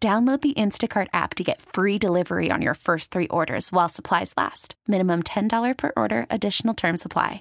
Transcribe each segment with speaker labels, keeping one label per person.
Speaker 1: Download the Instacart app to get free delivery on your first three orders while supplies last. Minimum $10 per order, additional term supply.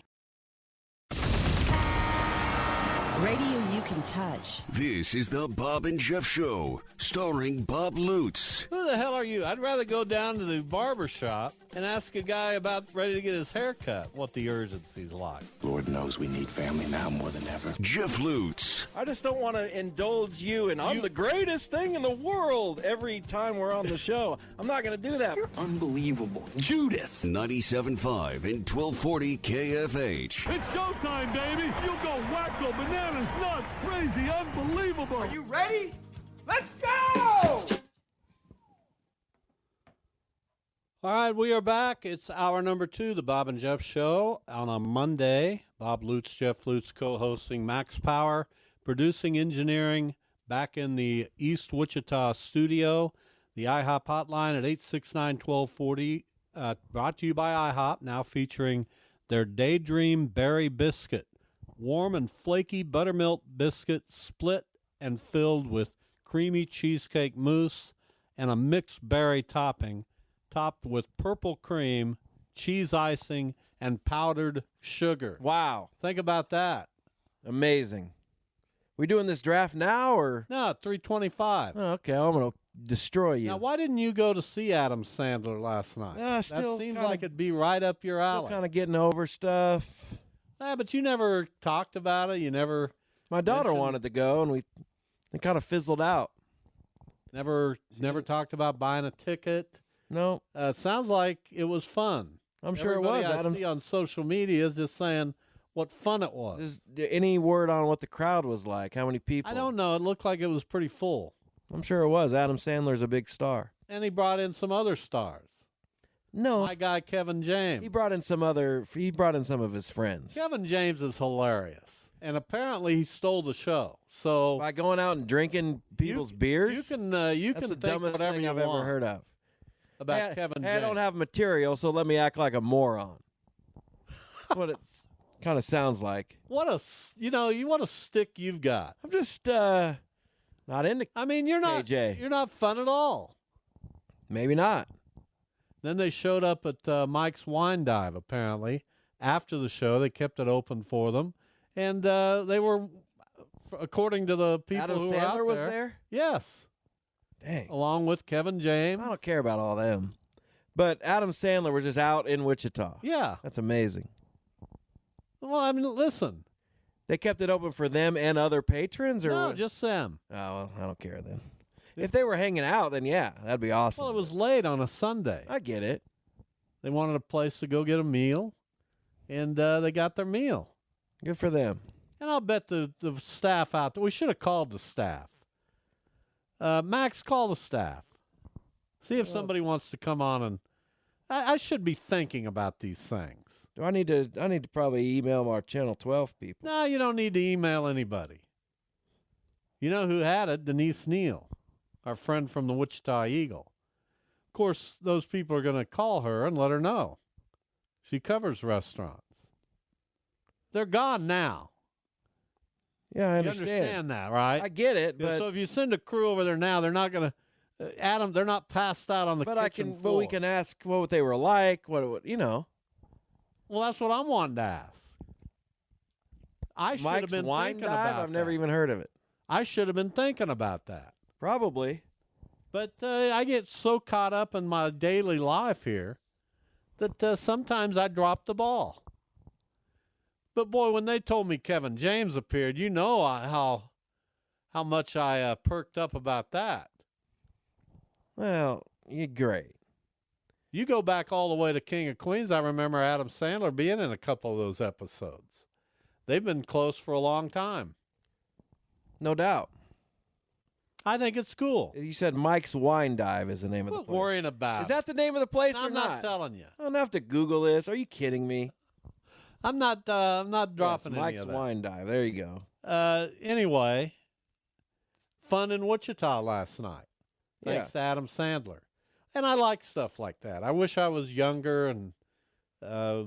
Speaker 2: Radio you can touch.
Speaker 3: This is the Bob and Jeff Show, starring Bob Lutz
Speaker 4: Who the hell are you? I'd rather go down to the barber shop and ask a guy about ready to get his hair cut what the urgency's like.
Speaker 5: Lord knows we need family now more than ever.
Speaker 3: Jeff Lutz,
Speaker 6: I just don't want to indulge you, and I'm the greatest thing in the world every time we're on the show. I'm not going to do that.
Speaker 5: Unbelievable. Judas.
Speaker 3: 97.5 and 1240 KFH.
Speaker 7: It's showtime, baby! You go wacko, bananas, nuts, crazy, unbelievable! Are you ready? Let's go!
Speaker 4: All right, we are back. It's hour number two, the Bob and Jeff Show on a Monday. Bob Lutz, Jeff Lutz co hosting Max Power, producing engineering back in the East Wichita studio. The IHOP hotline at 869 1240, uh, brought to you by IHOP, now featuring their Daydream Berry Biscuit. Warm and flaky buttermilk biscuit split and filled with creamy cheesecake mousse and a mixed berry topping topped with purple cream, cheese icing, and powdered sugar.
Speaker 6: Wow.
Speaker 4: Think about that.
Speaker 6: Amazing. We doing this draft now, or?
Speaker 4: No, 325.
Speaker 6: Oh, okay, I'm going to destroy you.
Speaker 4: Now, why didn't you go to see Adam Sandler last night?
Speaker 6: Yeah, I still
Speaker 4: that seems
Speaker 6: kinda-
Speaker 4: like it'd be right up your alley.
Speaker 6: Still kind of getting over stuff.
Speaker 4: Ah, but you never talked about it. You never,
Speaker 6: My daughter
Speaker 4: Mention-
Speaker 6: wanted to go, and we it kind of fizzled out.
Speaker 4: never, never talked about buying a ticket.
Speaker 6: No,
Speaker 4: Uh, it sounds like it was fun.
Speaker 6: I'm sure it
Speaker 4: Everybody
Speaker 6: was.
Speaker 4: I
Speaker 6: Adam,
Speaker 4: see on social media is just saying what fun it was.
Speaker 6: is there any word on what the crowd was like? How many people?
Speaker 4: I don't know. It looked like it was pretty full,
Speaker 6: I'm sure it was. Adam Sandler's a big star.
Speaker 4: and he brought in some other stars.
Speaker 6: No,
Speaker 4: My guy Kevin James.
Speaker 6: he brought in some other. He brought in some of his friends
Speaker 4: Kevin James is hilarious, and apparently he stole the show. So
Speaker 6: by going out and drinking
Speaker 4: you-
Speaker 6: people's beers.
Speaker 4: You can uh, you
Speaker 6: That's
Speaker 4: can
Speaker 6: the
Speaker 4: think
Speaker 6: dumbest
Speaker 4: whatever
Speaker 6: thing
Speaker 4: you
Speaker 6: I've
Speaker 4: want
Speaker 6: ever heard of.
Speaker 4: about
Speaker 6: Hey,
Speaker 4: Kevin
Speaker 6: hey, I
Speaker 4: James.
Speaker 6: don't have material, so let me act like a moron. That's what it kind of sounds like.
Speaker 4: what a s- you know you what a stick you've got.
Speaker 6: I'm just uh not into.
Speaker 4: I mean you're not
Speaker 6: KJ.
Speaker 4: you're not fun at all.
Speaker 6: Maybe not.
Speaker 4: Then they showed up at uh, Mike's Wine Dive apparently after the show. They kept it open for them, and uh, they were according to the people
Speaker 6: Adam
Speaker 4: who were out
Speaker 6: Sandler was
Speaker 4: there,
Speaker 6: there.
Speaker 4: Yes,
Speaker 6: Dang.
Speaker 4: along with Kevin James.
Speaker 6: I don't care about all them. But Adam Sandler was just out in Wichita.
Speaker 4: Yeah.
Speaker 6: That's amazing.
Speaker 4: Well, I mean, listen.
Speaker 6: They kept it open for them and other patrons, or
Speaker 4: No,
Speaker 6: what?
Speaker 4: just them.
Speaker 6: oh, well, I don't care then. If they were hanging out, then yeah, that'd be awesome.
Speaker 4: Well, it was late on a Sunday.
Speaker 6: I get it.
Speaker 4: They wanted a place to go get a meal, and uh, they got their meal.
Speaker 6: Good for them.
Speaker 4: And I'll bet the, the staff out there, we should have called the staff. Uh, Max, call the staff. See if somebody wants to come on and. I, I should be thinking about these things.
Speaker 6: Do I need to? I need to probably email our Channel Twelve people.
Speaker 4: No, you don't need to email anybody. You know who had it? Denise Neal, our friend from the Wichita Eagle. Of course, those people are going to call her and let her know. She covers restaurants. They're gone now.
Speaker 6: Yeah, I
Speaker 4: you
Speaker 6: understand.
Speaker 4: understand that, right?
Speaker 6: I get it,
Speaker 4: Yeah,
Speaker 6: but
Speaker 4: so if you send a crew over there now, they're not going to. Uh, Adam, they're not passed out on the
Speaker 6: but
Speaker 4: kitchen
Speaker 6: I can.
Speaker 4: floor.
Speaker 6: But we can ask what they were like. What it would you know?
Speaker 4: Well, that's what I'm wanting to ask. I should have
Speaker 6: Mike's
Speaker 4: been
Speaker 6: wine
Speaker 4: thinking
Speaker 6: dive.
Speaker 4: about
Speaker 6: I've never
Speaker 4: that.
Speaker 6: even heard of it.
Speaker 4: I should have been thinking about that.
Speaker 6: Probably.
Speaker 4: But uh, I get so caught up in my daily life here that uh, sometimes I drop the ball. But boy, when they told me Kevin James appeared, you know I, how how much I uh, perked up about that.
Speaker 8: Well, you're great.
Speaker 4: You go back all the way to King of Queens. I remember Adam Sandler being in a couple of those episodes. They've been close for a long time.
Speaker 8: No doubt.
Speaker 4: I think it's cool.
Speaker 8: You said Mike's Wine Dive is the name of the
Speaker 4: Quit
Speaker 8: place.
Speaker 4: worrying about
Speaker 8: Is that the name of the place or
Speaker 4: I'm
Speaker 8: not?
Speaker 4: not telling you.
Speaker 8: I don't have to Google this. Are you kidding me?
Speaker 4: I'm not. Uh, I'm not dropping
Speaker 8: yes,
Speaker 4: any
Speaker 8: Mike's
Speaker 4: of that.
Speaker 8: Wine Dive. There you go.
Speaker 4: Uh, anyway, fun in Wichita last night. Thanks to Adam Sandler, and I like stuff like that. I wish I was younger and uh,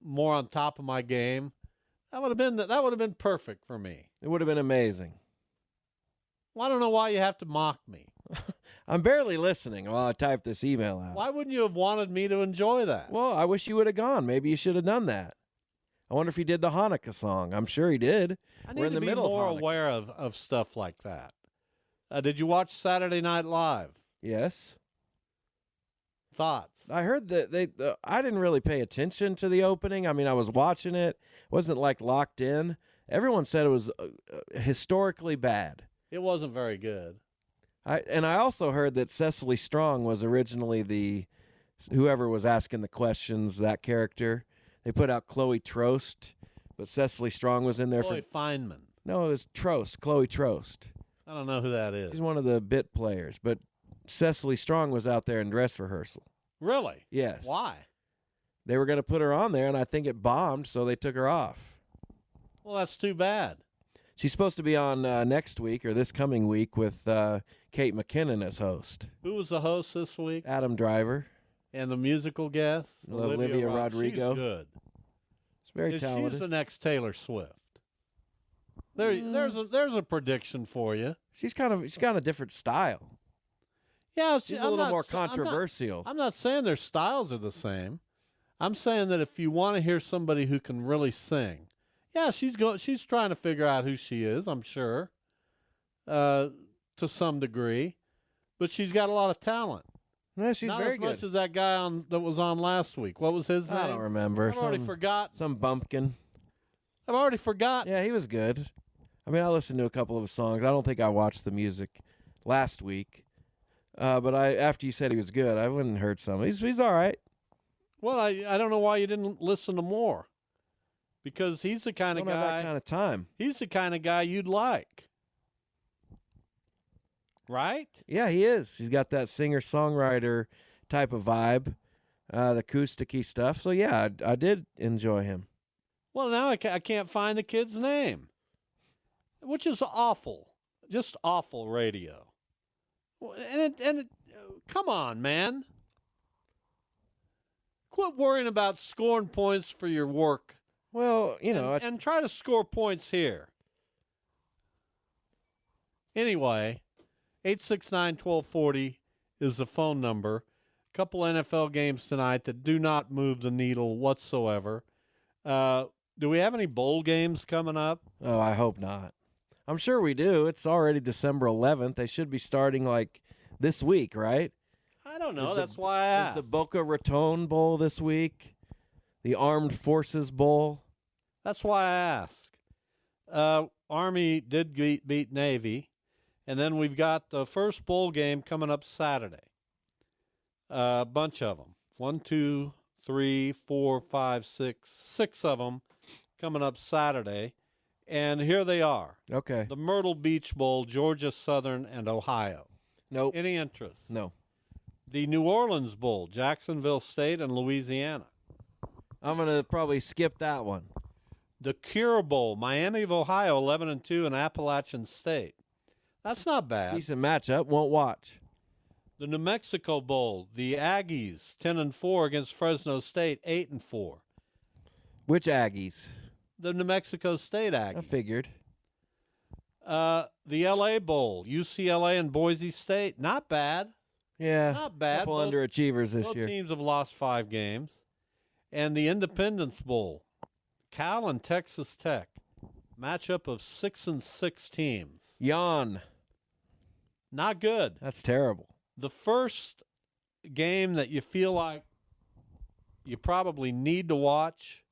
Speaker 4: more on top of my game. That would have been that would have been perfect for me.
Speaker 8: It would have been amazing.
Speaker 4: Well, I don't know why you have to mock me.
Speaker 8: I'm barely listening while I type this email out.
Speaker 4: Why wouldn't you have wanted me to enjoy that?
Speaker 8: Well, I wish you would have gone. Maybe you should have done that. I wonder if he did the Hanukkah song. I'm sure he did.
Speaker 4: I
Speaker 8: We're
Speaker 4: need
Speaker 8: in
Speaker 4: to
Speaker 8: the
Speaker 4: be
Speaker 8: middle
Speaker 4: more
Speaker 8: of Hanukkah.
Speaker 4: aware of, of stuff like that. Uh, did you watch Saturday Night Live?
Speaker 8: Yes.
Speaker 4: Thoughts?
Speaker 8: I heard that they. Uh, I didn't really pay attention to the opening. I mean, I was watching it. wasn't like locked in. Everyone said it was uh, uh, historically bad.
Speaker 4: It wasn't very good.
Speaker 8: I and I also heard that Cecily Strong was originally the whoever was asking the questions. That character. They put out Chloe Trost, but Cecily Strong was in there
Speaker 4: Chloe
Speaker 8: for
Speaker 4: Feynman.
Speaker 8: no. It was Trost, Chloe Trost.
Speaker 4: I don't know who that is.
Speaker 8: She's one of the bit players, but Cecily Strong was out there in dress rehearsal.
Speaker 4: Really?
Speaker 8: Yes.
Speaker 4: Why?
Speaker 8: They were going to put her on there, and I think it bombed, so they took her off.
Speaker 4: Well, that's too bad.
Speaker 8: She's supposed to be on uh, next week or this coming week with uh, Kate McKinnon as host.
Speaker 4: Who was the host this week?
Speaker 8: Adam Driver.
Speaker 4: And the musical guest?
Speaker 8: Olivia
Speaker 4: Rod-
Speaker 8: Rodrigo.
Speaker 4: She's good.
Speaker 8: She's very
Speaker 4: If She's
Speaker 8: talented. Mm.
Speaker 4: the next Taylor Swift. There, There's a there's a prediction for you.
Speaker 8: she's kind of she's got a different style.
Speaker 4: Yeah, it's-
Speaker 8: She's a
Speaker 4: I'm
Speaker 8: little
Speaker 4: not
Speaker 8: more
Speaker 4: s- I'm not-
Speaker 8: controversial.
Speaker 4: I'm not saying their styles are the same. I'm saying that if you want to hear somebody who can really sing, yeah, she's go she's trying to figure out who she is, I'm sure, uh, to some degree, but she's got a lot of talent.
Speaker 8: No, she's
Speaker 4: not
Speaker 8: very
Speaker 4: as much
Speaker 8: good.
Speaker 4: as that guy on that was on last week. What was his name?
Speaker 8: I don't remember.
Speaker 4: I've already
Speaker 8: Some-
Speaker 4: forgot.
Speaker 8: Some bumpkin.
Speaker 4: I've already forgotten.
Speaker 8: Yeah, he was good. I mean, I listened to a couple of his songs. I don't think I watched the music last week, uh, but I after you said he was good, I wouldn't heard some. He's he's all right.
Speaker 4: Well, I I don't know why you didn't listen to more, because he's the kind of
Speaker 8: don't have
Speaker 4: guy.
Speaker 8: that kind of time.
Speaker 4: he's the kind of guy you'd like, right?
Speaker 8: Yeah, he is. He's got that singer songwriter type of vibe, uh, the acousticy stuff. So yeah, I, I did enjoy him.
Speaker 4: Well, now I, ca- I can't find the kid's name, which is awful. Just awful radio. Well, And it, and it, uh, come on, man. Quit worrying about scoring points for your work
Speaker 8: Well, you know,
Speaker 4: and,
Speaker 8: I,
Speaker 4: and try to score points here. Anyway, 869 1240 is the phone number. couple NFL games tonight that do not move the needle whatsoever. Uh, do we have any bowl games coming up?
Speaker 8: oh, I hope not. I'm sure we do. It's already December 11th. They should be starting like this week, right?
Speaker 4: I don't know.
Speaker 8: Is the-
Speaker 4: That's why I
Speaker 8: There's
Speaker 4: asked.
Speaker 8: the Boca Raton Bowl this week, the Armed Forces Bowl.
Speaker 4: That's why I ask. Uh, Army did beat, beat Navy, and then we've got the first bowl game coming up Saturday. A bunch of them. One, two, three, four, five, six, six of them coming up Saturday, and here they are:
Speaker 8: Okay.
Speaker 4: the Myrtle Beach Bowl, Georgia Southern, and Ohio.
Speaker 8: Nope.
Speaker 4: Any interest?
Speaker 8: no.
Speaker 4: The New Orleans Bowl, Jacksonville State, and Louisiana.
Speaker 8: I'm going to probably skip that one.
Speaker 4: The Cure Bowl, Miami of Ohio, eleven and two, and Appalachian State. That's not bad.
Speaker 8: Decent matchup. Won't watch.
Speaker 4: The New Mexico Bowl, the Aggies, ten and four against Fresno State, eight and four.
Speaker 8: Which Aggies?
Speaker 4: The New Mexico State
Speaker 8: I
Speaker 4: Aggies.
Speaker 8: figured.
Speaker 4: Uh, the L.A. Bowl, UCLA and Boise State, not bad.
Speaker 8: Yeah.
Speaker 4: Not bad.
Speaker 8: Couple
Speaker 4: Both-
Speaker 8: underachievers this
Speaker 4: Both
Speaker 8: year.
Speaker 4: teams have lost five games. And the Independence Bowl, Cal and Texas Tech, matchup of six and six teams.
Speaker 8: Yawn.
Speaker 4: Not good.
Speaker 8: That's terrible.
Speaker 4: The first game that you feel like you probably need to watch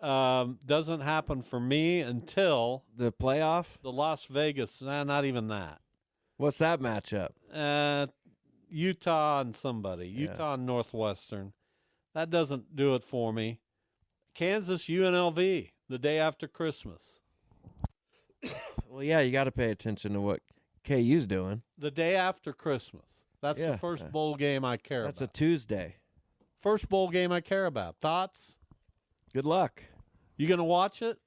Speaker 4: um, doesn't happen for me until
Speaker 8: the playoff,
Speaker 4: the Las Vegas. Nah, not even that.
Speaker 8: What's that matchup?
Speaker 4: Uh, Utah and somebody.
Speaker 8: Yeah.
Speaker 4: Utah and Northwestern. That doesn't do it for me. Kansas UNLV the day after Christmas.
Speaker 8: Well, yeah, you got to pay attention to what KU's doing.
Speaker 4: The day after Christmas. That's
Speaker 8: Yeah.
Speaker 4: the first bowl game I care
Speaker 8: That's
Speaker 4: about.
Speaker 8: a Tuesday.
Speaker 4: first bowl game I care about. Thoughts?
Speaker 8: Good luck.
Speaker 4: You gonna watch it?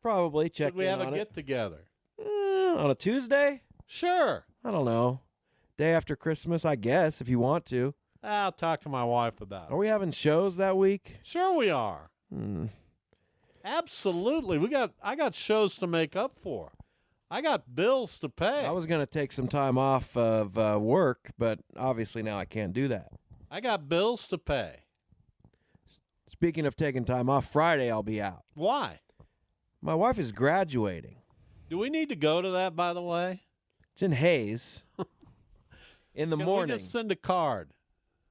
Speaker 8: Probably check
Speaker 4: Should we
Speaker 8: in
Speaker 4: have a
Speaker 8: on it.
Speaker 4: get together?
Speaker 8: Eh, on a Tuesday?
Speaker 4: Sure.
Speaker 8: I don't know. Day after Christmas, I guess, if you want to.
Speaker 4: I'll talk to my wife about
Speaker 8: Are
Speaker 4: it.
Speaker 8: we having shows that week?
Speaker 4: Sure we are.
Speaker 8: Oh. Hmm.
Speaker 4: Absolutely. We got I got shows to make up for. I got bills to pay.
Speaker 8: I was going to take some time off of uh, work, but obviously now I can't do that.
Speaker 4: I got bills to pay.
Speaker 8: Speaking of taking time off, Friday I'll be out.
Speaker 4: Why?
Speaker 8: My wife is graduating.
Speaker 4: Do we need to go to that by the way?
Speaker 8: It's in Hayes. in the
Speaker 4: Can
Speaker 8: morning.
Speaker 4: we just send a card?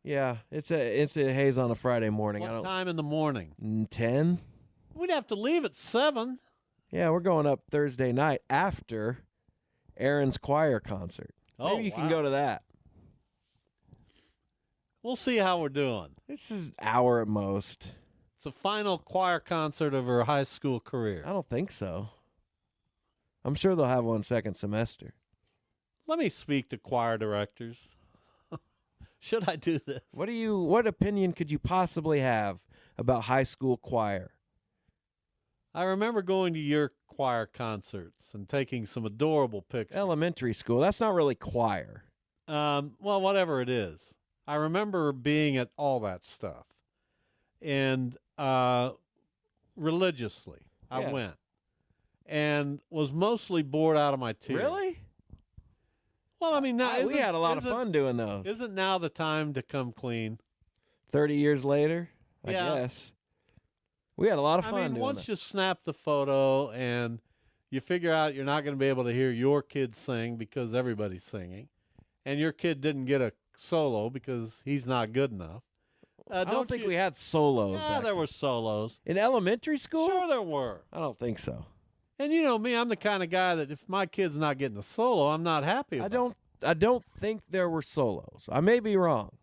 Speaker 8: Yeah, it's a it's in Hayes on a Friday morning.
Speaker 4: What
Speaker 8: I don't
Speaker 4: time in the morning?
Speaker 8: ten.
Speaker 4: We'd have to leave at seven.
Speaker 8: Yeah, we're going up Thursday night after Aaron's choir concert.
Speaker 4: Oh,
Speaker 8: Maybe you can
Speaker 4: wow.
Speaker 8: go to that.
Speaker 4: We'll see how we're doing.
Speaker 8: This is hour at most.
Speaker 4: It's the final choir concert of her high school career.
Speaker 8: I don't think so. I'm sure they'll have one second semester.
Speaker 4: Let me speak to choir directors. Should I do this?
Speaker 8: What do you what opinion could you possibly have about high school choir?
Speaker 4: I remember going to your choir concerts and taking some adorable pictures.
Speaker 8: Elementary school, that's not really choir.
Speaker 4: Um, well, whatever it is, I remember being at all that stuff, and uh, religiously I
Speaker 8: Yeah.
Speaker 4: went, and was mostly bored out of my tears.
Speaker 8: Really?
Speaker 4: Well, I mean, now,
Speaker 8: I- we
Speaker 4: isn't-
Speaker 8: had a lot of
Speaker 4: isn't-
Speaker 8: fun doing those.
Speaker 4: Isn't now the time to come clean?
Speaker 8: 30 years later, I
Speaker 4: Yeah.
Speaker 8: guess. We had a lot of
Speaker 4: I
Speaker 8: fun
Speaker 4: mean,
Speaker 8: doing
Speaker 4: once
Speaker 8: that.
Speaker 4: you snap the photo and you figure out you're not going to be able to hear your kid sing because everybody's singing, and your kid didn't get a solo because he's not good enough. Uh,
Speaker 8: I don't, think
Speaker 4: you-
Speaker 8: we had solos.
Speaker 4: Yeah,
Speaker 8: back
Speaker 4: there were solos.
Speaker 8: then. in elementary school.
Speaker 4: Sure, there were.
Speaker 8: I don't think so.
Speaker 4: And you know me, I'm the kind of guy that if my kid's not getting a solo, I'm not happy. About
Speaker 8: I
Speaker 4: it.
Speaker 8: don't. I don't think there were solos. I may be wrong.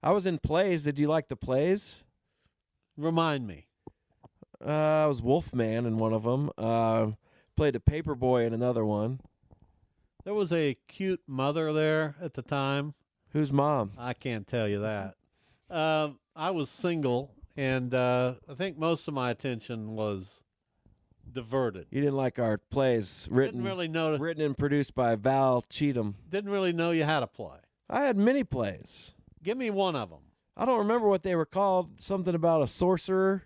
Speaker 8: I was in plays. Did you like the plays?
Speaker 4: remind me.
Speaker 8: Uh, I was Wolfman in one of them. Uh, played a paperboy in another one.
Speaker 4: There was a cute mother there at the time.
Speaker 8: Who's mom?
Speaker 4: I can't tell you that. Um, I was single, and uh, I think most of my attention was diverted.
Speaker 8: You didn't like our plays written,
Speaker 4: Didn't really know.
Speaker 8: written and produced by Val Cheatham.
Speaker 4: Didn't really know you had to play.
Speaker 8: I had many plays.
Speaker 4: Give me one of them.
Speaker 8: I don't remember what they were called. Something about a sorcerer.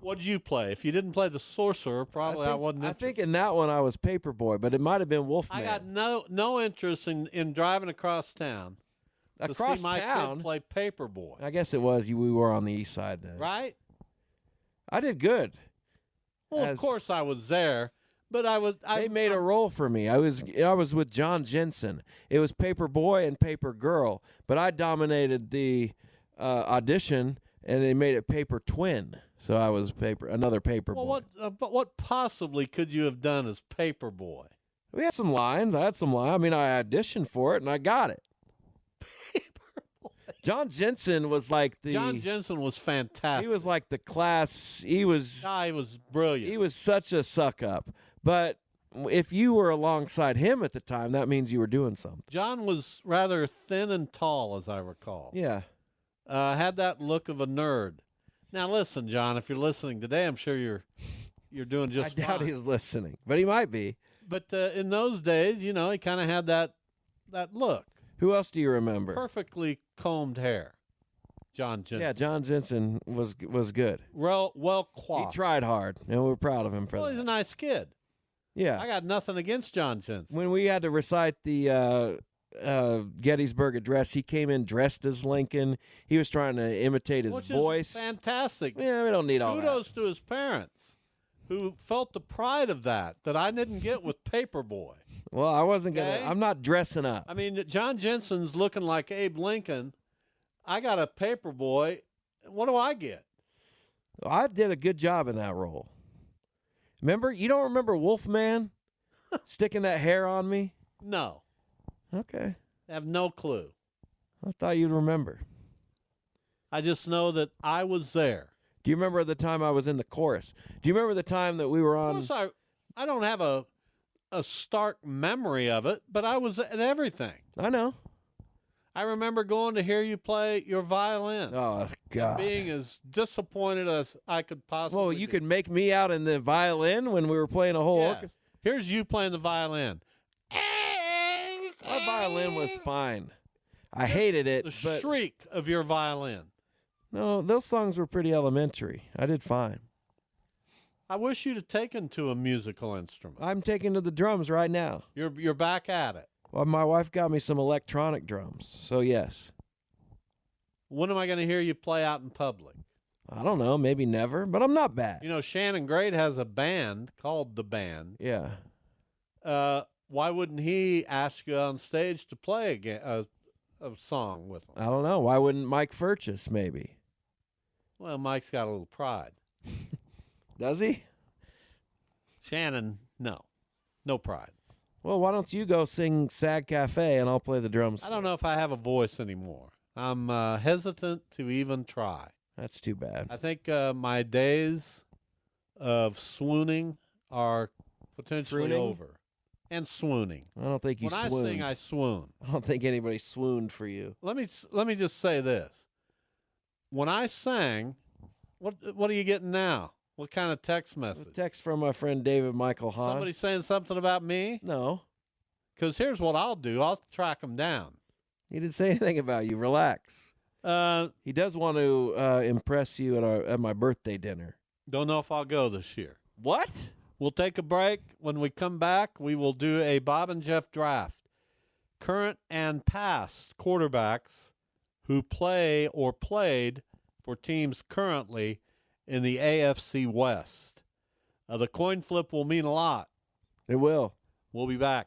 Speaker 4: What'd you play? If you didn't play the sorcerer, probably I,
Speaker 8: think,
Speaker 4: wasn't.
Speaker 8: I
Speaker 4: interested.
Speaker 8: think in that one I was Paperboy, but it might have been Wolfman.
Speaker 4: I got no no interest in, in driving across town to
Speaker 8: Across
Speaker 4: see my
Speaker 8: town?
Speaker 4: kid play paperboy.
Speaker 8: I guess it was you. We were on the east side then.
Speaker 4: Right?
Speaker 8: I did good.
Speaker 4: Well,
Speaker 8: As-
Speaker 4: of course I was there, but I was. I
Speaker 8: they made a role for me. I was I was with John Jensen. It was Paperboy and Paper Girl, but I dominated the uh, audition, and they made it Paper Twin. So I was paper another Paperboy.
Speaker 4: Well, what uh, but what possibly could you have done as paperboy?
Speaker 8: We had some lines. I had some lines. I mean, I auditioned for it and I got it. John Jensen was like the
Speaker 4: John Jensen was fantastic.
Speaker 8: he was like the class. He was
Speaker 4: Ah, he was brilliant.
Speaker 8: He was such a suck up. But if you were alongside him at the time, that means you were doing something.
Speaker 4: John was rather thin and tall, as I recall.
Speaker 8: Yeah.
Speaker 4: Uh, had that look of a nerd. Now listen, John, if you're listening today, I'm sure you're you're doing just
Speaker 8: I doubt
Speaker 4: fine.
Speaker 8: he's listening, but he might be.
Speaker 4: But uh, in those days, you know, he kind of had that that look,
Speaker 8: Who else do you remember?
Speaker 4: perfectly combed hair. John Jensen,
Speaker 8: Yeah, John Jensen was was good.
Speaker 4: well, well
Speaker 8: He
Speaker 4: coiffed.
Speaker 8: tried hard, and we are proud of him for
Speaker 4: well, he's
Speaker 8: that.
Speaker 4: a nice kid.
Speaker 8: yeah.
Speaker 4: I got nothing against John Jensen.
Speaker 8: when we had to recite the uh, uh, Gettysburg Address, he came in dressed as Lincoln. He was trying to imitate his
Speaker 4: which
Speaker 8: voice.
Speaker 4: is fantastic.
Speaker 8: yeah, we don't need all
Speaker 4: Kudos to his parents, who felt the pride of that that I didn't get with Paperboy.
Speaker 8: that. Well, I wasn't
Speaker 4: Okay.
Speaker 8: gonna. I'm not dressing up.
Speaker 4: I mean, John Jensen's looking like Abe Lincoln. I got a paper boy. What do I get?
Speaker 8: I did a good job in that role. Remember, you don't remember Wolfman sticking that hair on me?
Speaker 4: No,
Speaker 8: Okay,
Speaker 4: I have no clue.
Speaker 8: I thought you'd remember.
Speaker 4: I just know that I was there.
Speaker 8: Do you remember the time I was in the chorus? Do you remember the time that we were
Speaker 4: Of
Speaker 8: on?
Speaker 4: course, I I don't have a a stark memory of it, but I was at everything.
Speaker 8: I know.
Speaker 4: I remember going to hear you play your violin.
Speaker 8: Oh God!
Speaker 4: Being as disappointed as I could possibly.
Speaker 8: Well, you could make me out in the violin when we were playing a whole
Speaker 4: Yeah.
Speaker 8: orchestra.
Speaker 4: Here's you playing the violin.
Speaker 8: My violin was fine. I hated it.
Speaker 4: The
Speaker 8: but
Speaker 4: shriek of your violin.
Speaker 8: No, those songs were pretty elementary. I did fine.
Speaker 4: I wish you'd have taken to a musical instrument.
Speaker 8: I'm taking to the drums right now.
Speaker 4: You're you're back at it.
Speaker 8: Well, my wife got me some electronic drums, so yes.
Speaker 4: When am I going to hear you play out in public?
Speaker 8: I don't know, maybe never, but I'm not bad.
Speaker 4: You know, Shannon Grade has a band called The Band.
Speaker 8: Yeah.
Speaker 4: Uh, why wouldn't he ask you on stage to play again a, a song with him?
Speaker 8: I don't know. Why wouldn't Mike Furchess maybe?
Speaker 4: Well, Mike's got a little pride.
Speaker 8: Does he?
Speaker 4: Shannon, no, no pride.
Speaker 8: Well, why don't you go sing Sad Cafe and I'll play the drums?
Speaker 4: I don't know if I have a voice anymore. I'm uh, hesitant to even try.
Speaker 8: That's too bad.
Speaker 4: I think uh, my days of swooning are potentially
Speaker 8: Swooning?
Speaker 4: over, and swooning.
Speaker 8: I don't think you
Speaker 4: When I
Speaker 8: swooned.
Speaker 4: sing, I swoon.
Speaker 8: I don't think anybody swooned for you.
Speaker 4: Let me s- let me just say this: when I sang, what what are you getting now? What kind of text
Speaker 8: A
Speaker 4: message?
Speaker 8: text from my friend David Michael Hahn.
Speaker 4: Somebody saying something about me?
Speaker 8: No,
Speaker 4: Because here's what I'll do: I'll track them down.
Speaker 8: he didn't say anything about you. Relax.
Speaker 4: Uh,
Speaker 8: He does want to uh, impress you at our at my birthday dinner.
Speaker 4: don't know if I'll go this year.
Speaker 8: What?
Speaker 4: We'll take a break. When we come back, we will do a Bob and Jeff draft. Current and past quarterbacks who play or played for teams currently in the AFC West. Uh, the coin flip will mean a lot.
Speaker 8: It will.
Speaker 4: We'll be back.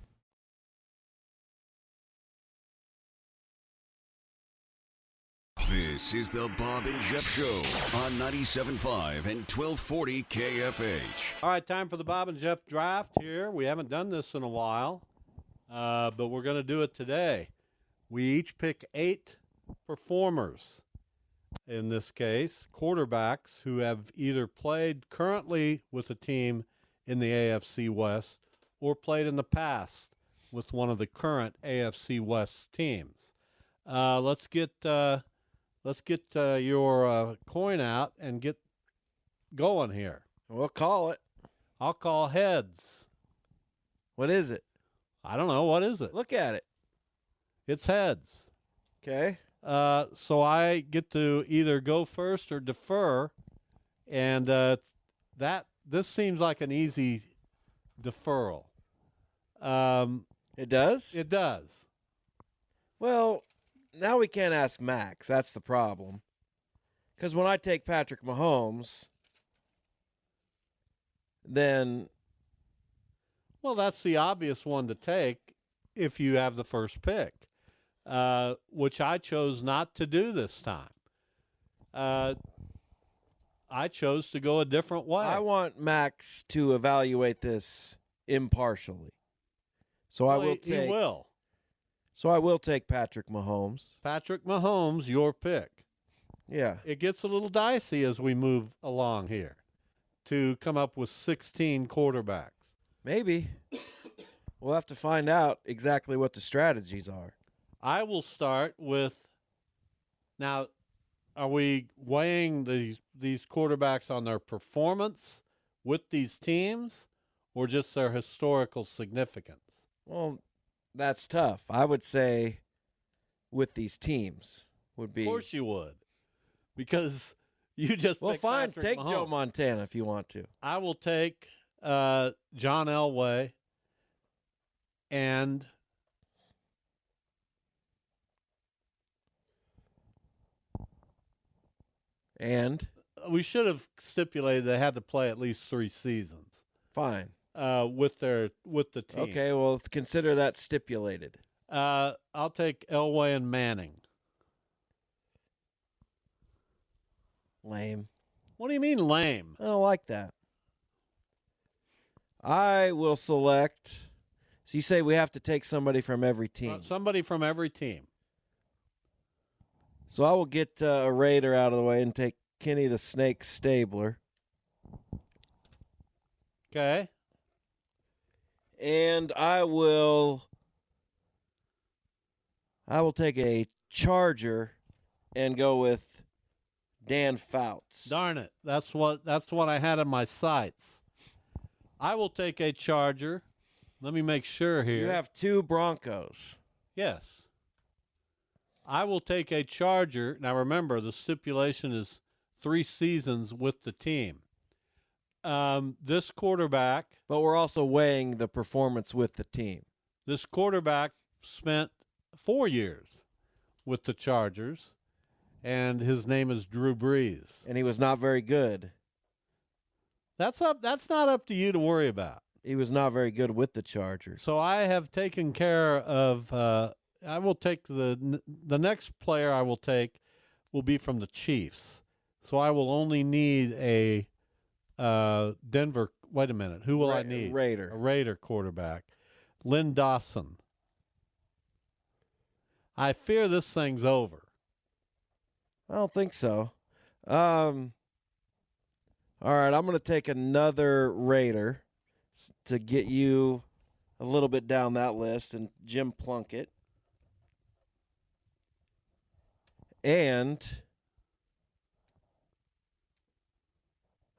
Speaker 3: This is the Bob and Jeff Show on 97.5 and 1240 KFH.
Speaker 4: All right, time for the Bob and Jeff draft here. We haven't done this in a while, uh, but we're going to do it today. We each pick eight performers in this case, quarterbacks who have either played currently with a team in the AFC West or played in the past with one of the current AFC West teams. Uh, let's get uh, let's get uh, your uh, coin out and get going here.
Speaker 8: We'll call it.
Speaker 4: I'll call heads.
Speaker 8: What is it?
Speaker 4: I don't know. What is it?
Speaker 8: Look at it.
Speaker 4: It's heads.
Speaker 8: Okay.
Speaker 4: Uh, so I get to either go first or defer, and uh, that this seems like an easy deferral. Um,
Speaker 8: it does?
Speaker 4: It does.
Speaker 8: Well, now we can't ask Max. That's the problem. Because when I take Patrick Mahomes, then
Speaker 4: Well, that's the obvious one to take if you have the first pick, uh, which I chose not to do this time. Uh, I chose to go a different way.
Speaker 8: I want Max to evaluate this impartially. So I
Speaker 4: Well,
Speaker 8: will
Speaker 4: he- he
Speaker 8: take.
Speaker 4: will.
Speaker 8: So I will take Patrick Mahomes.
Speaker 4: Patrick Mahomes, your pick.
Speaker 8: Yeah.
Speaker 4: It gets a little dicey as we move along here to come up with 16 quarterbacks.
Speaker 8: Maybe. We'll have to find out exactly what the strategies are.
Speaker 4: I will start with now are we weighing these these quarterbacks on their performance with these teams or just their historical significance?
Speaker 8: Well, that's tough. I would say with these teams would be
Speaker 4: Of course you would. Because you just
Speaker 8: Well,
Speaker 4: picked
Speaker 8: fine.
Speaker 4: Patrick
Speaker 8: Take Joe
Speaker 4: Mahomes.
Speaker 8: Montana if you want to.
Speaker 4: I will take uh, John Elway and
Speaker 8: And
Speaker 4: we should have stipulated they had to play at least three seasons
Speaker 8: fine.
Speaker 4: uh, with their with the team.
Speaker 8: Okay, well, let's consider that stipulated.
Speaker 4: Uh, I'll take Elway and Manning.
Speaker 8: Lame.
Speaker 4: What do you mean lame?
Speaker 8: I don't like that. I will select. So you say we have to take somebody from every team.
Speaker 4: Uh, somebody from every team.
Speaker 8: So I will get uh, a Raider out of the way and take Kenny the Snake Stabler.
Speaker 4: Okay.
Speaker 8: And I will. I will take a Charger and go with Dan Fouts.
Speaker 4: Darn it. That's what that's what I had in my sights. I will take a Charger. Let me make sure here.
Speaker 8: You have two Broncos.
Speaker 4: Yes. I will take a Charger. Now, remember, the stipulation is three seasons with the team. Um, this quarterback,
Speaker 8: But we're also weighing the performance with the team.
Speaker 4: this quarterback spent four years with the Chargers, and his name is Drew Brees.
Speaker 8: And he was not very good.
Speaker 4: That's up. That's not up to you to worry about.
Speaker 8: He was not very good with the Chargers.
Speaker 4: So I have taken care of. Uh, I will take the the next player. I will take will be from the Chiefs. So I will only need a uh, Denver. Wait a minute. Who will I
Speaker 8: Ra-
Speaker 4: need?
Speaker 8: Raider.
Speaker 4: A Raider quarterback, Lynn Dawson. I fear this thing's over.
Speaker 8: I don't think so. Um, all right, I'm going to take another Raider s- to get you a little bit down that list and Jim Plunkett. And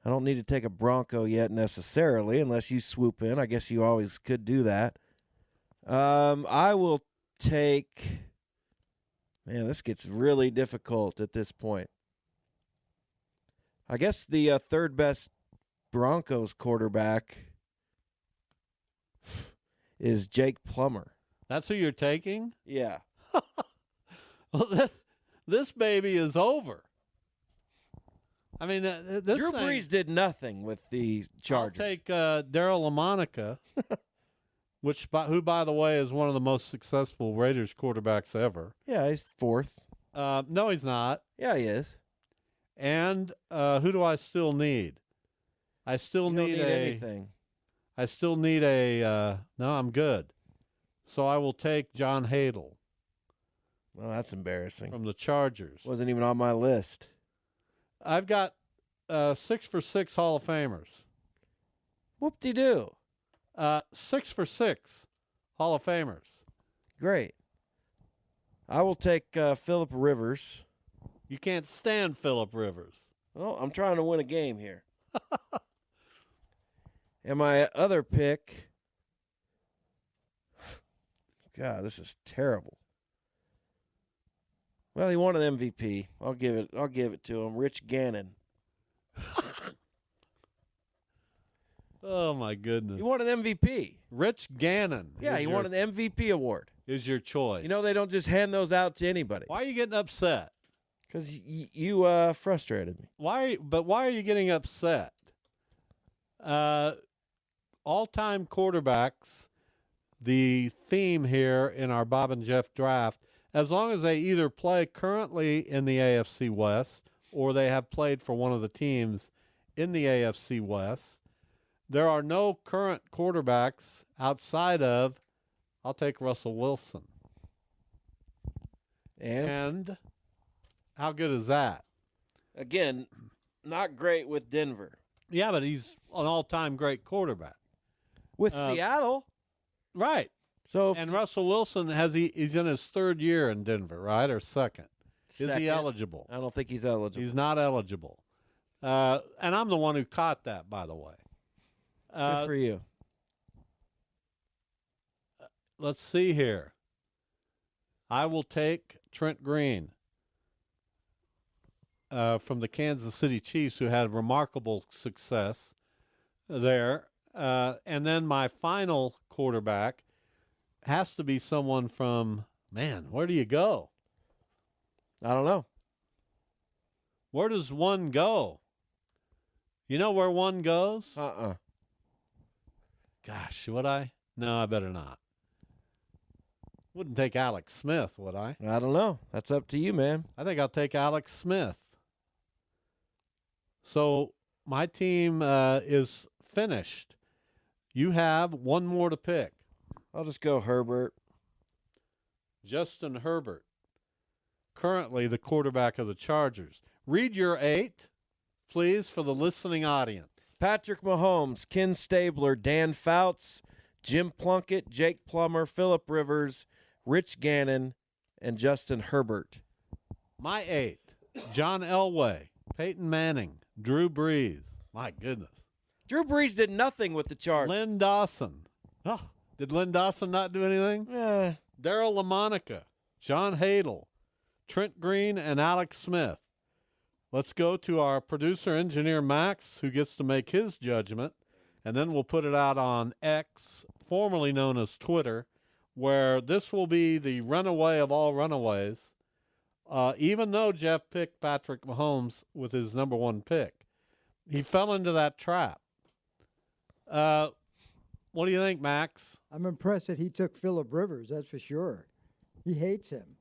Speaker 8: I don't need to take a Bronco yet necessarily, unless you swoop in. I guess you always could do that. Um, I will take. Man, this gets really difficult at this point. I guess the uh, third best Broncos quarterback is Jake Plummer.
Speaker 4: That's who you're taking.
Speaker 8: Yeah.
Speaker 4: this baby is over. I mean, th- th- this
Speaker 8: Drew
Speaker 4: thing-
Speaker 8: Brees did nothing with the Chargers.
Speaker 4: I'll take uh, Daryl LaMonica, which by, who by the way is one of the most successful Raiders quarterbacks ever.
Speaker 8: yeah, he's fourth.
Speaker 4: Uh, no, he's not.
Speaker 8: Yeah, he is.
Speaker 4: And uh, who do I still need? I still
Speaker 8: You don't
Speaker 4: need,
Speaker 8: need
Speaker 4: a. I
Speaker 8: anything.
Speaker 4: still need a. Uh, no, I'm good. So I will take John Hadle.
Speaker 9: Well, that's embarrassing.
Speaker 4: From the Chargers.
Speaker 9: Wasn't even on my list.
Speaker 4: I've got uh, six for six Hall of Famers.
Speaker 9: Whoop de doo.
Speaker 4: Uh, six for six Hall of Famers.
Speaker 9: Great. I will take uh, Philip Rivers.
Speaker 4: You can't stand Philip Rivers.
Speaker 9: Well, I'm trying to win a game here. and my other pick. God, this is terrible. Well, he won an MVP. I'll give it. I'll give it to him. Rich Gannon.
Speaker 4: Oh my goodness.
Speaker 9: He won an MVP.
Speaker 4: Rich Gannon.
Speaker 9: Yeah,
Speaker 4: is
Speaker 9: he
Speaker 4: your-
Speaker 9: won an MVP award.
Speaker 4: Is your choice.
Speaker 9: You know they don't just hand those out to anybody.
Speaker 4: why are you getting upset?
Speaker 9: Because y- you uh, frustrated me.
Speaker 4: Why? Are you, but why are you getting upset? Uh, all-time quarterbacks. The theme here in our Bob and Jeff draft, as long as they either play currently in the AFC West or they have played for one of the teams in the AFC West, there are no current quarterbacks outside of. I'll take Russell Wilson.
Speaker 9: And,
Speaker 4: And how good is that?
Speaker 9: again, not great with Denver.
Speaker 4: Yeah, but he's an all-time great quarterback.
Speaker 9: With
Speaker 4: Uh,
Speaker 9: Seattle,
Speaker 4: Right.
Speaker 9: so if
Speaker 4: And Russell Wilson has he he's in his third year in Denver, right? Or second. Is
Speaker 9: Second.
Speaker 4: he eligible?
Speaker 9: I don't think he's eligible.
Speaker 4: He's not eligible. Uh, and I'm the one who caught that, by the way.
Speaker 9: Good
Speaker 4: Uh,
Speaker 9: for you.
Speaker 4: let's see here. I will take Trent Green uh, from the Kansas City Chiefs, who had remarkable success there. Uh, and then my final quarterback has to be someone from, man, where do you go?
Speaker 9: I don't know.
Speaker 4: Where does one go? You know where one goes?
Speaker 9: Uh uh
Speaker 4: Gosh, would I? No, I better not. Wouldn't take Alex Smith, would I?
Speaker 9: I don't know. That's up to you, man.
Speaker 4: I think I'll take Alex Smith. So my team uh, is finished. You have one more to pick
Speaker 9: I'll just go Herbert.
Speaker 4: Justin Herbert, currently the quarterback of the Chargers. Read your eight, please, for the listening audience.
Speaker 9: Patrick Mahomes, Ken Stabler, Dan Fouts, Jim Plunkett, Jake Plummer, Philip Rivers, Rich Gannon, and Justin Herbert.
Speaker 4: My eight John Elway, Peyton Manning, Drew Brees. My goodness.
Speaker 9: Drew Brees did nothing with the Chargers.
Speaker 4: Lynn Dawson. Oh, did Lynn Dawson not do anything?
Speaker 9: Eh,
Speaker 4: Daryl LaMonica, John Hadel, Trent Green, and Alex Smith. Let's go to our producer engineer Max, who gets to make his judgment, and then we'll put it out on X, formerly known as Twitter, where this will be the runaway of all runaways. Uh, even though Jeff picked Patrick Mahomes with his number one pick, he fell into that trap. Uh, what do you think, Max?
Speaker 8: I'm impressed that he took Philip Rivers. That's for sure. He hates him.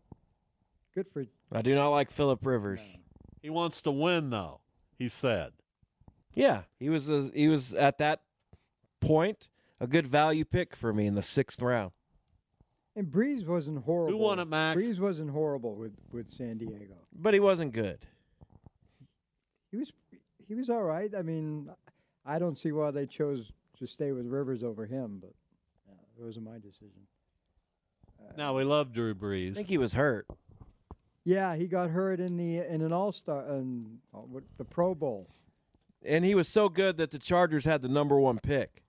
Speaker 8: Good for
Speaker 9: I do not like Philip Rivers.
Speaker 4: He wants to win, though, he said.
Speaker 9: Yeah, he was a, he was at that point a good value pick for me in the sixth round.
Speaker 8: and Breeze wasn't horrible.
Speaker 4: won it, Max?
Speaker 8: Breeze wasn't horrible with, with San Diego.
Speaker 9: But he wasn't good.
Speaker 8: He was he was all right. I mean, I don't see why they chose to stay with Rivers over him, but yeah, it wasn't my decision. Uh,
Speaker 4: Now we love Drew Brees.
Speaker 9: I think he was hurt.
Speaker 8: Yeah, he got hurt in the in an All Star and what the Pro Bowl.
Speaker 9: And he was so good that the Chargers had the number one pick.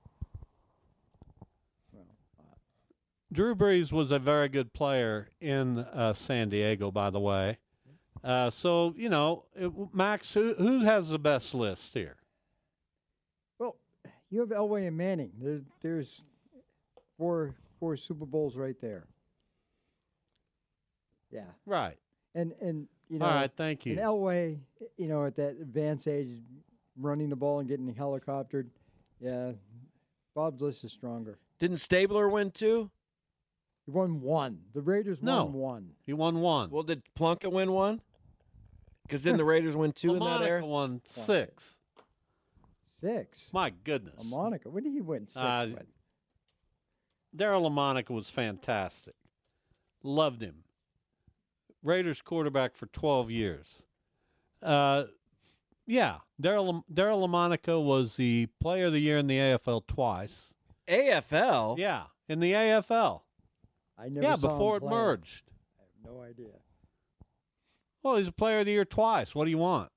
Speaker 4: Drew Brees was a very good player in uh, San Diego, by the way. Uh, so you know, it, Max, who who has the best list here?
Speaker 8: Well, you have Elway and Manning. There's, there's four four Super Bowls right there. Yeah,
Speaker 4: Right.
Speaker 8: and and you know,
Speaker 4: All right, thank you.
Speaker 8: And Elway, you know, at that advanced age, running the ball and getting helicoptered. Yeah, Bob's list is stronger.
Speaker 9: Didn't Stabler win too?
Speaker 8: He won one. The Raiders
Speaker 4: No.
Speaker 8: won one.
Speaker 4: He won one.
Speaker 9: Well, did Plunkett win one? Because didn't the Raiders win two in that
Speaker 4: LaMonica
Speaker 9: era?
Speaker 4: won six.
Speaker 8: Six.
Speaker 4: My goodness.
Speaker 8: A Monica. When did he win six?
Speaker 4: Uh,
Speaker 8: with?
Speaker 4: Daryl LaMonica was fantastic. Loved him. Raiders quarterback for 12 years. Uh, yeah, Daryl Daryl LaMonica was the Player of the Year in the AFL twice.
Speaker 8: AFL.
Speaker 4: Yeah, in the AFL.
Speaker 10: I never
Speaker 4: yeah,
Speaker 10: saw him
Speaker 4: before it
Speaker 10: play.
Speaker 4: merged.
Speaker 10: No idea.
Speaker 4: Well, he's a Player of the Year twice. What do you want?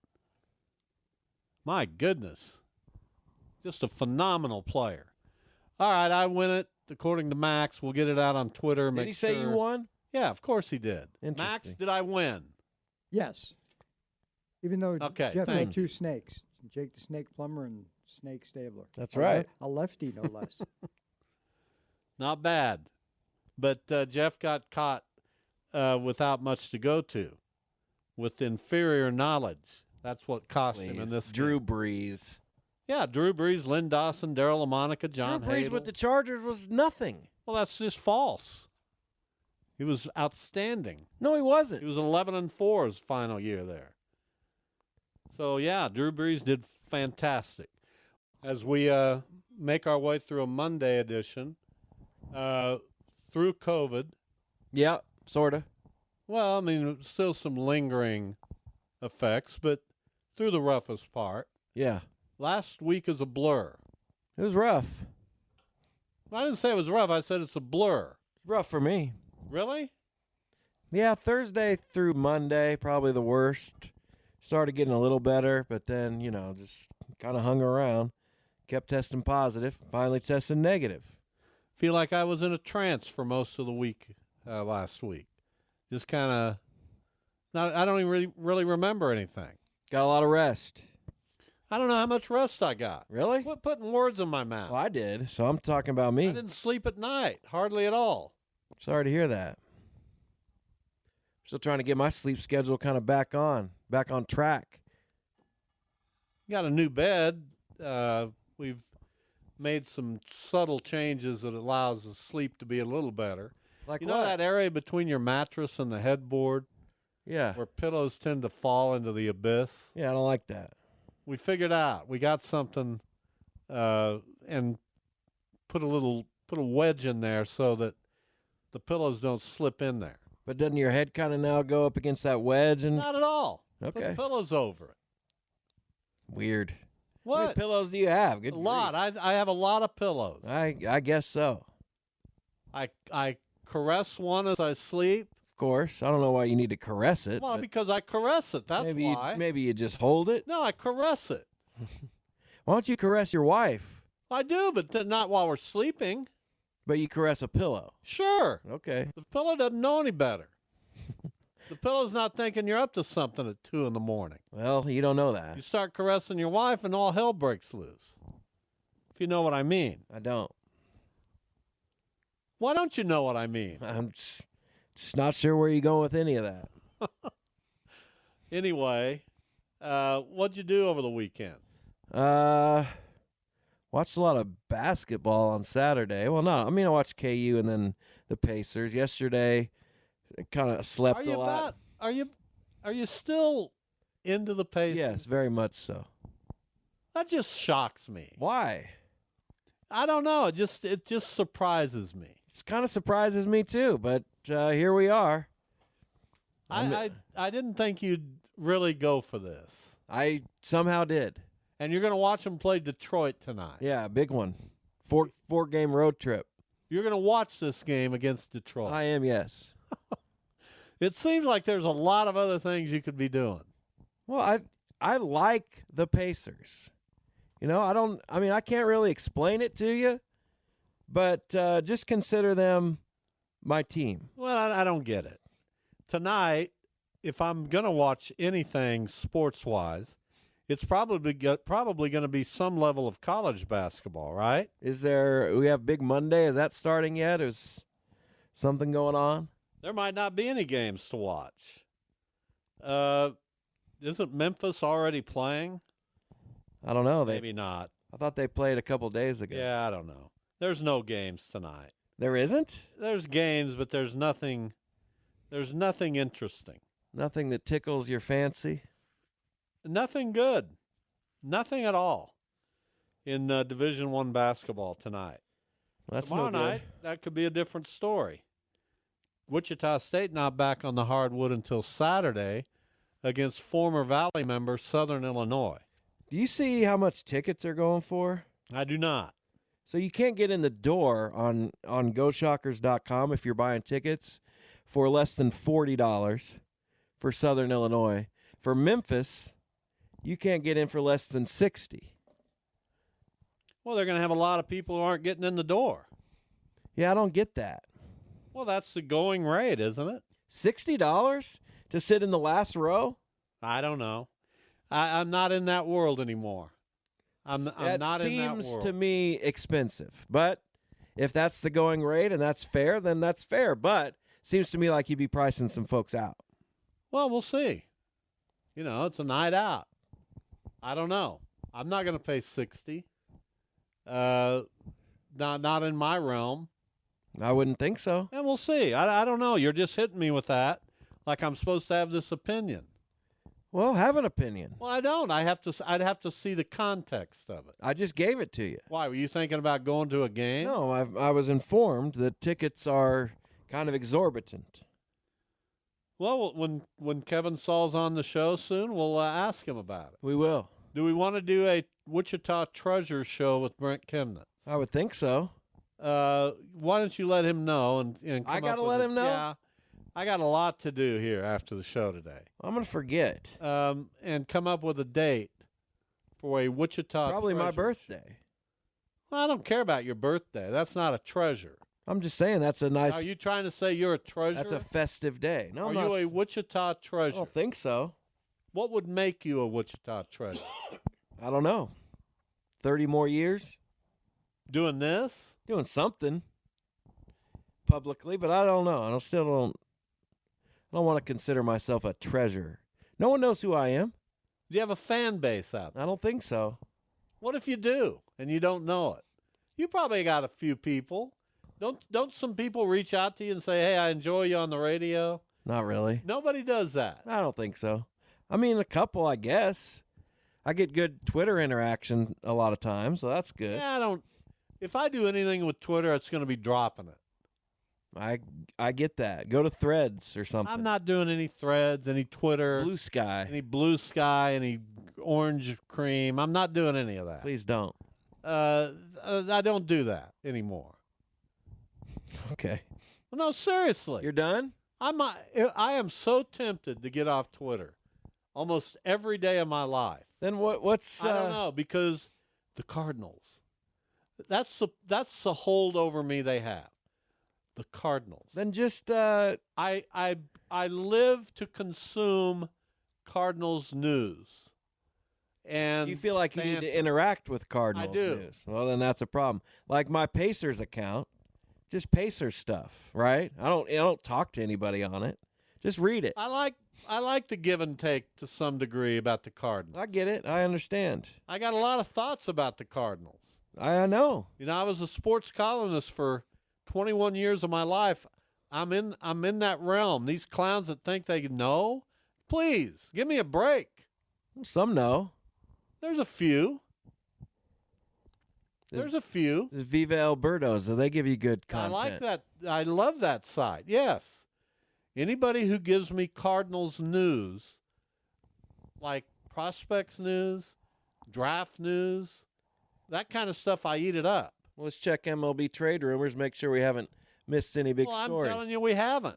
Speaker 4: My goodness, just a phenomenal player. All right, I win it according to Max. We'll get it out on Twitter.
Speaker 8: Did
Speaker 4: make
Speaker 8: he say you
Speaker 4: sure-
Speaker 8: won?
Speaker 4: Yeah, of course he did. Max,
Speaker 8: Interesting.
Speaker 4: did I win?
Speaker 10: Yes. Even though
Speaker 4: Okay,
Speaker 10: Jeff
Speaker 4: thank
Speaker 10: had two snakes, Jake the Snake Plumber and Snake Stabler.
Speaker 8: That's
Speaker 10: A le-
Speaker 8: right.
Speaker 10: A lefty, no less.
Speaker 4: Not bad. But uh, Jeff got caught uh, without much to go to, with inferior knowledge. That's what cost him in
Speaker 8: Please.
Speaker 4: this.
Speaker 8: Drew
Speaker 4: game.
Speaker 8: Brees.
Speaker 4: Yeah, Drew Brees, Lynn Dawson, Daryl LaMonica, John
Speaker 8: Drew Brees
Speaker 4: Hadle.
Speaker 8: with the Chargers was nothing.
Speaker 4: Well, that's just false. He was outstanding.
Speaker 8: No, he wasn't.
Speaker 4: He was 11 and 4 his final year there. So, yeah, Drew Brees did fantastic. As we uh, make our way through a Monday edition, uh, through COVID,
Speaker 8: Yeah, sorta.
Speaker 4: well, I mean, still some lingering effects, but through the roughest part.
Speaker 8: Yeah,
Speaker 4: Last week is a blur.
Speaker 8: it was rough.
Speaker 4: I didn't say it was rough, I said it's a blur.
Speaker 8: Rough for me.
Speaker 4: Really?
Speaker 8: Yeah, Thursday through Monday, probably the worst. Started getting a little better, but then, you know, just kind of hung around. Kept testing positive, finally tested negative.
Speaker 4: feel like I was in a trance for most of the week uh, last week. Just kind of not. I don't even really, really remember anything.
Speaker 8: Got a lot of rest.
Speaker 4: I don't know how much rest I got.
Speaker 8: Really?
Speaker 4: Quit putting words in my mouth.
Speaker 8: Well, I did, so I'm talking about me.
Speaker 4: I didn't sleep at night hardly at all.
Speaker 8: Sorry to hear that. Still trying to get my sleep schedule kind of back on, back on track.
Speaker 4: Got a new bed. Uh, we've made some subtle changes that allows the sleep to be a little better.
Speaker 8: Like
Speaker 4: you
Speaker 8: what?
Speaker 4: know that area between your mattress and the headboard
Speaker 8: yeah.
Speaker 4: where pillows tend to fall into the abyss.
Speaker 8: Yeah, I don't like that.
Speaker 4: we figured out we got something uh, and put a little put a wedge in there so that the pillows don't slip in there
Speaker 8: But doesn't your head kind of now go up against that wedge and
Speaker 4: not at all
Speaker 8: Okay.
Speaker 4: Put pillows over it
Speaker 8: weird? How many
Speaker 4: what
Speaker 8: pillows do you have? Good
Speaker 4: a lot I, I have a lot of pillows
Speaker 8: grief. I I guess so.
Speaker 4: i i caress one as i sleep
Speaker 8: Of course. I don't know why you need to caress it.
Speaker 4: well
Speaker 8: but
Speaker 4: because i caress it that's
Speaker 8: maybe
Speaker 4: why
Speaker 8: you maybe you just hold it.
Speaker 4: no i caress it
Speaker 8: Why don't you caress your wife?
Speaker 4: i do but th- not while we're sleeping
Speaker 8: But you caress a pillow.
Speaker 4: sure
Speaker 8: Okay.
Speaker 4: the pillow doesn't know any better the pillow's not thinking you're up to something at two in the morning
Speaker 8: Well, you don't know
Speaker 4: You
Speaker 8: that.
Speaker 4: start caressing your wife, and all hell breaks loose. If you know what I mean.
Speaker 8: I don't.
Speaker 4: Why don't you know what I mean?
Speaker 8: I'm just, just not sure where you're going with any of that.
Speaker 4: Anyway, uh, what'd you do over the weekend?
Speaker 8: Uh, watched a lot of basketball on Saturday. Well, no, I mean I watched KU and then the Pacers yesterday. Kind of slept
Speaker 4: Are you
Speaker 8: a lot.
Speaker 4: about? Are you? Are you still into the Pacers?
Speaker 8: yes, very much so.
Speaker 4: That just shocks me.
Speaker 8: Why?
Speaker 4: I don't know. It just it just surprises me.
Speaker 8: It kind of surprises me too, but uh, here we are. I'm-
Speaker 4: I, I I didn't think you'd really go for this.
Speaker 8: I somehow did.
Speaker 4: And you're gonna watch them play Detroit tonight.
Speaker 8: Yeah, big one. Four four game road trip.
Speaker 4: You're gonna watch this game against Detroit.
Speaker 8: I am yes.
Speaker 4: it seems like there's a lot of other things you could be doing.
Speaker 8: Well, I I like the Pacers. You know, I don't. I mean, I can't really explain it to you, but uh, just consider them my team.
Speaker 4: Well, I, I don't get it. Tonight, if I'm going to watch anything sports wise, it's probably go- probably going to be some level of college basketball, right?
Speaker 8: Is there? We have Big Monday. Is that starting yet? Is something going on?
Speaker 4: There might not be any games to watch. Uh, isn't Memphis already playing?
Speaker 8: I don't know. They.
Speaker 4: Maybe not.
Speaker 8: I thought they played a couple days ago.
Speaker 4: Yeah, I don't know. There's no games tonight.
Speaker 8: There isn't
Speaker 4: There's games, but there's nothing. There's nothing interesting.
Speaker 8: nothing that tickles your fancy.
Speaker 4: nothing good, nothing at all in uh, Division One basketball tonight.
Speaker 8: That's
Speaker 4: Tomorrow
Speaker 8: no good.
Speaker 4: night, that could be a different story. Wichita State not back on the hardwood until Saturday against former Valley member Southern Illinois.
Speaker 8: Do you see how much tickets are going for?
Speaker 4: I do not.
Speaker 8: So you can't get in the door on on goshockers.com if you're buying tickets for less than $40 for Southern Illinois. For Memphis, you can't get in for less than 60.
Speaker 4: Well, they're going to have a lot of people who aren't getting in the door.
Speaker 8: Yeah, I don't get that.
Speaker 4: Well, that's the going rate, isn't it?
Speaker 8: $60 to sit in the last row?
Speaker 4: I don't know. I, I'm not in that world anymore. I'm, I'm
Speaker 8: that
Speaker 4: not in that
Speaker 8: seems
Speaker 4: world.
Speaker 8: to me expensive. But if that's the going rate and that's fair, then that's fair. But seems to me like you'd be pricing some folks out.
Speaker 4: Well, we'll see. You know, it's a night out. I don't know. I'm not going to pay sixty. Uh, not not in my realm.
Speaker 8: I wouldn't think so.
Speaker 4: And we'll see. I, I don't know. You're just hitting me with that, like I'm supposed to have this opinion.
Speaker 8: Well, have an opinion.
Speaker 4: Well, I don't. I have to. s- I'd have to see the context of it.
Speaker 8: I just gave it to you.
Speaker 4: Why were you thinking about going to a game?
Speaker 8: No, I I was informed that tickets are kind of exorbitant.
Speaker 4: Well, when when Kevin Saul's on the show soon, we'll uh, ask him about it.
Speaker 8: We will.
Speaker 4: Do we want to do a Wichita Treasure show with Brent Kemnitz?
Speaker 8: I would think so.
Speaker 4: Uh, why don't you let him know and, and
Speaker 8: I
Speaker 4: come
Speaker 8: gotta
Speaker 4: up with
Speaker 8: let
Speaker 4: a-
Speaker 8: him know?
Speaker 4: Yeah, I got a lot to do here after the show today.
Speaker 8: I'm gonna forget.
Speaker 4: Um, and come up with a date for a Wichita.
Speaker 8: Probably my
Speaker 4: Treasure-
Speaker 8: birthday.
Speaker 4: Well, I don't care about your birthday. That's not a treasure.
Speaker 8: I'm just saying that's a nice.
Speaker 4: Are you trying to say you're a treasure?
Speaker 8: that's a festive day. No,
Speaker 4: Are
Speaker 8: I'm not,
Speaker 4: you a
Speaker 8: s-
Speaker 4: Wichita
Speaker 8: I
Speaker 4: treasure?
Speaker 8: don't think so.
Speaker 4: What would make you a Wichita treasure?
Speaker 8: I don't know. Thirty more years
Speaker 4: Doing this?
Speaker 8: doing something publicly, but I don't know. I don't, still don't. I don't want to consider myself a treasure. No one knows who I am.
Speaker 4: Do you have a fan base out there?
Speaker 8: I don't think so.
Speaker 4: What if you do and you don't know it? You probably got a few people. Don't don't some people reach out to you and say, "Hey, I enjoy you on the radio."
Speaker 8: Not really.
Speaker 4: Nobody does that.
Speaker 8: I don't think so. I mean, a couple, I guess. I get good Twitter interaction a lot of times, so that's good.
Speaker 4: Yeah, I don't. If I do anything with Twitter, it's going to be dropping it.
Speaker 8: I I get that. Go to Threads or something.
Speaker 4: I'm not doing any threads, any Twitter,
Speaker 8: Blue Sky.
Speaker 4: any blue sky, any orange cream. I'm not doing any of that.
Speaker 8: Please don't.
Speaker 4: Uh, uh, I don't do that anymore.
Speaker 8: Okay.
Speaker 4: Well, no, seriously.
Speaker 8: You're done?
Speaker 4: I'm I I am so tempted to get off Twitter almost every day of my life.
Speaker 8: Then what what's uh,
Speaker 4: I don't know because the Cardinals. That's the that's the hold over me they have. The Cardinals.
Speaker 8: Then just uh
Speaker 4: I I I live to consume Cardinals news. And
Speaker 8: you feel like you need
Speaker 4: banter.
Speaker 8: to interact with Cardinals
Speaker 4: do.
Speaker 8: news. Well, then that's a problem. Like my Pacers account, just Pacers stuff, right? I don't I don't talk to anybody on it. Just read it.
Speaker 4: I like I like the give and take to some degree about the Cardinals.
Speaker 8: I get it. I understand.
Speaker 4: I got a lot of thoughts about the Cardinals.
Speaker 8: I, I know.
Speaker 4: You know, I was a sports columnist for 21 years of my life. I'm in I'm in that realm. These clowns that think they know, please give me a break.
Speaker 8: Some know.
Speaker 4: There's a few.
Speaker 8: Is-
Speaker 4: There's a few.
Speaker 8: This is Viva Alberto, so they give you good content.
Speaker 4: I like that. I love that site. Yes. Anybody who gives me Cardinals news, like prospects news, draft news, that kind of stuff, I eat it up.
Speaker 8: Let's check MLB trade rumors. Make sure we haven't missed any big
Speaker 4: well, I'm
Speaker 8: stories.
Speaker 4: telling you, we haven't.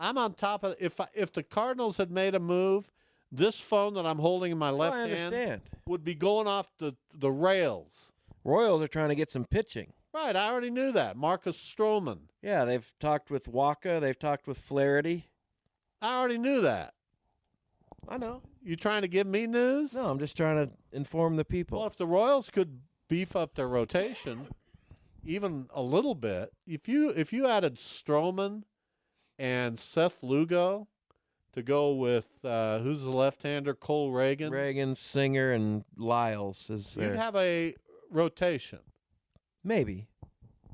Speaker 4: I'm on top of if I, if the Cardinals had made a move, this phone that I'm holding in my
Speaker 8: Oh,
Speaker 4: left
Speaker 8: I
Speaker 4: hand
Speaker 8: understand.
Speaker 4: would be going off the the rails.
Speaker 8: Royals are trying to get some pitching.
Speaker 4: Right, I already knew that. Marcus Stroman.
Speaker 8: Yeah, they've talked with Waka. They've talked with Flaherty.
Speaker 4: I already knew that.
Speaker 8: I know.
Speaker 4: You trying to give me news?
Speaker 8: No, I'm just trying to inform the people.
Speaker 4: Well, if the Royals could beef up their rotation even a little bit, if you if you added Stroman and Seth Lugo to go with uh, who's the left-hander, Cole Reagan,
Speaker 8: Reagan, Singer, and Lyles is there.
Speaker 4: you'd have a rotation.
Speaker 8: Maybe.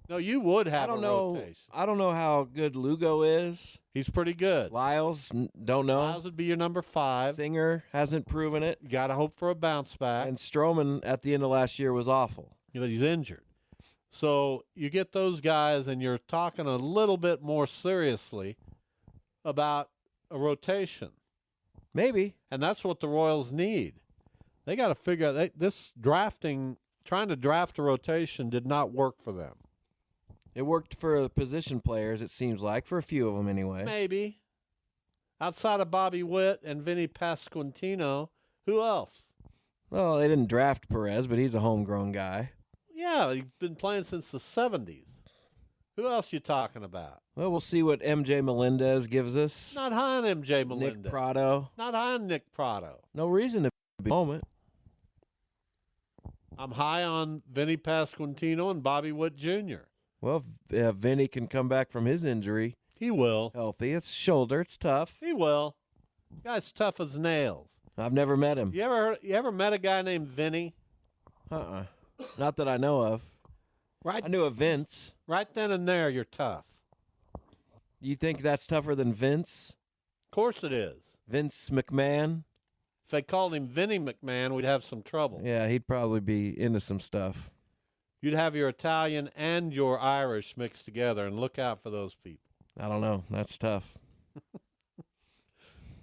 Speaker 4: No, you would have.
Speaker 8: I don't
Speaker 4: a
Speaker 8: know.
Speaker 4: Rotation.
Speaker 8: I don't know how good Lugo is.
Speaker 4: He's pretty good.
Speaker 8: Lyles, n- don't know.
Speaker 4: Miles would be your number five.
Speaker 8: Singer hasn't proven it.
Speaker 4: You got to hope for a bounce back.
Speaker 8: And Stroman at the end of last year was awful.
Speaker 4: but he's injured. So you get those guys, and you're talking a little bit more seriously about a rotation.
Speaker 8: Maybe.
Speaker 4: And that's what the Royals need. They got to figure out they, this drafting, trying to draft a rotation did not work for them.
Speaker 8: It worked for the position players, it seems like, for a few of them anyway.
Speaker 4: Maybe. Outside of Bobby Witt and Vinny Pasquantino, who else?
Speaker 8: Well, they didn't draft Perez, but he's a homegrown guy.
Speaker 4: Yeah, he's been playing since the 70s. Who else you talking about?
Speaker 8: Well, we'll see what MJ Melendez gives us.
Speaker 4: Not high on MJ Melendez.
Speaker 8: Nick Prado.
Speaker 4: Not high on Nick Prado.
Speaker 8: No reason to be moment.
Speaker 4: I'm high on Vinny Pasquantino and Bobby Witt Jr.
Speaker 8: Well, if uh, Vinny can come back from his injury,
Speaker 4: he will.
Speaker 8: Healthy. It's shoulder. It's tough.
Speaker 4: He will. Guy's tough as nails.
Speaker 8: I've never met him.
Speaker 4: You ever heard, you ever met a guy named Vinny?
Speaker 8: Uh uh Not that I know of.
Speaker 4: Right.
Speaker 8: I knew of Vince.
Speaker 4: Right then and there, you're tough.
Speaker 8: You think that's tougher than Vince?
Speaker 4: Of course it is.
Speaker 8: Vince McMahon?
Speaker 4: If they called him Vinny McMahon, we'd have some trouble.
Speaker 8: Yeah, he'd probably be into some stuff.
Speaker 4: You'd have your Italian and your Irish mixed together, and look out for those people.
Speaker 8: I don't know. That's tough.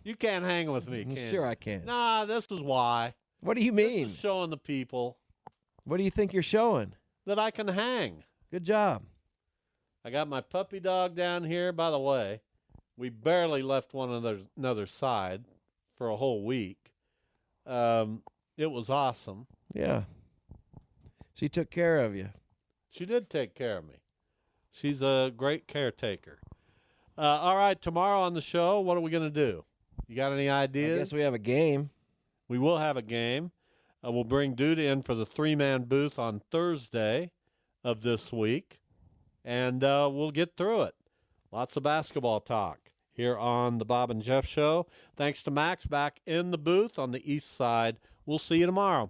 Speaker 4: You can't hang with me, can
Speaker 8: Mm-hmm. Sure
Speaker 4: you?
Speaker 8: I can.
Speaker 4: Nah, this is why.
Speaker 8: What do you
Speaker 4: This is
Speaker 8: mean?
Speaker 4: showing the people
Speaker 8: What do you think you're showing?
Speaker 4: that I can hang.
Speaker 8: Good job.
Speaker 4: I got my puppy dog down here. By the way, we barely left one another, another side for a whole week. Um, it was awesome.
Speaker 8: Yeah. She took care of you.
Speaker 4: She did take care of me. She's a great caretaker. Uh, all right, tomorrow on the show, what are we going to do? You got any
Speaker 8: I
Speaker 4: ideas?
Speaker 8: guess we have a game.
Speaker 4: We will have a game. Uh, we'll bring Dude in for the three man booth on Thursday of this week, and uh, we'll get through it. Lots of basketball talk here on the Bob and Jeff Show. Thanks to Max back in the booth on the east side. We'll see you tomorrow.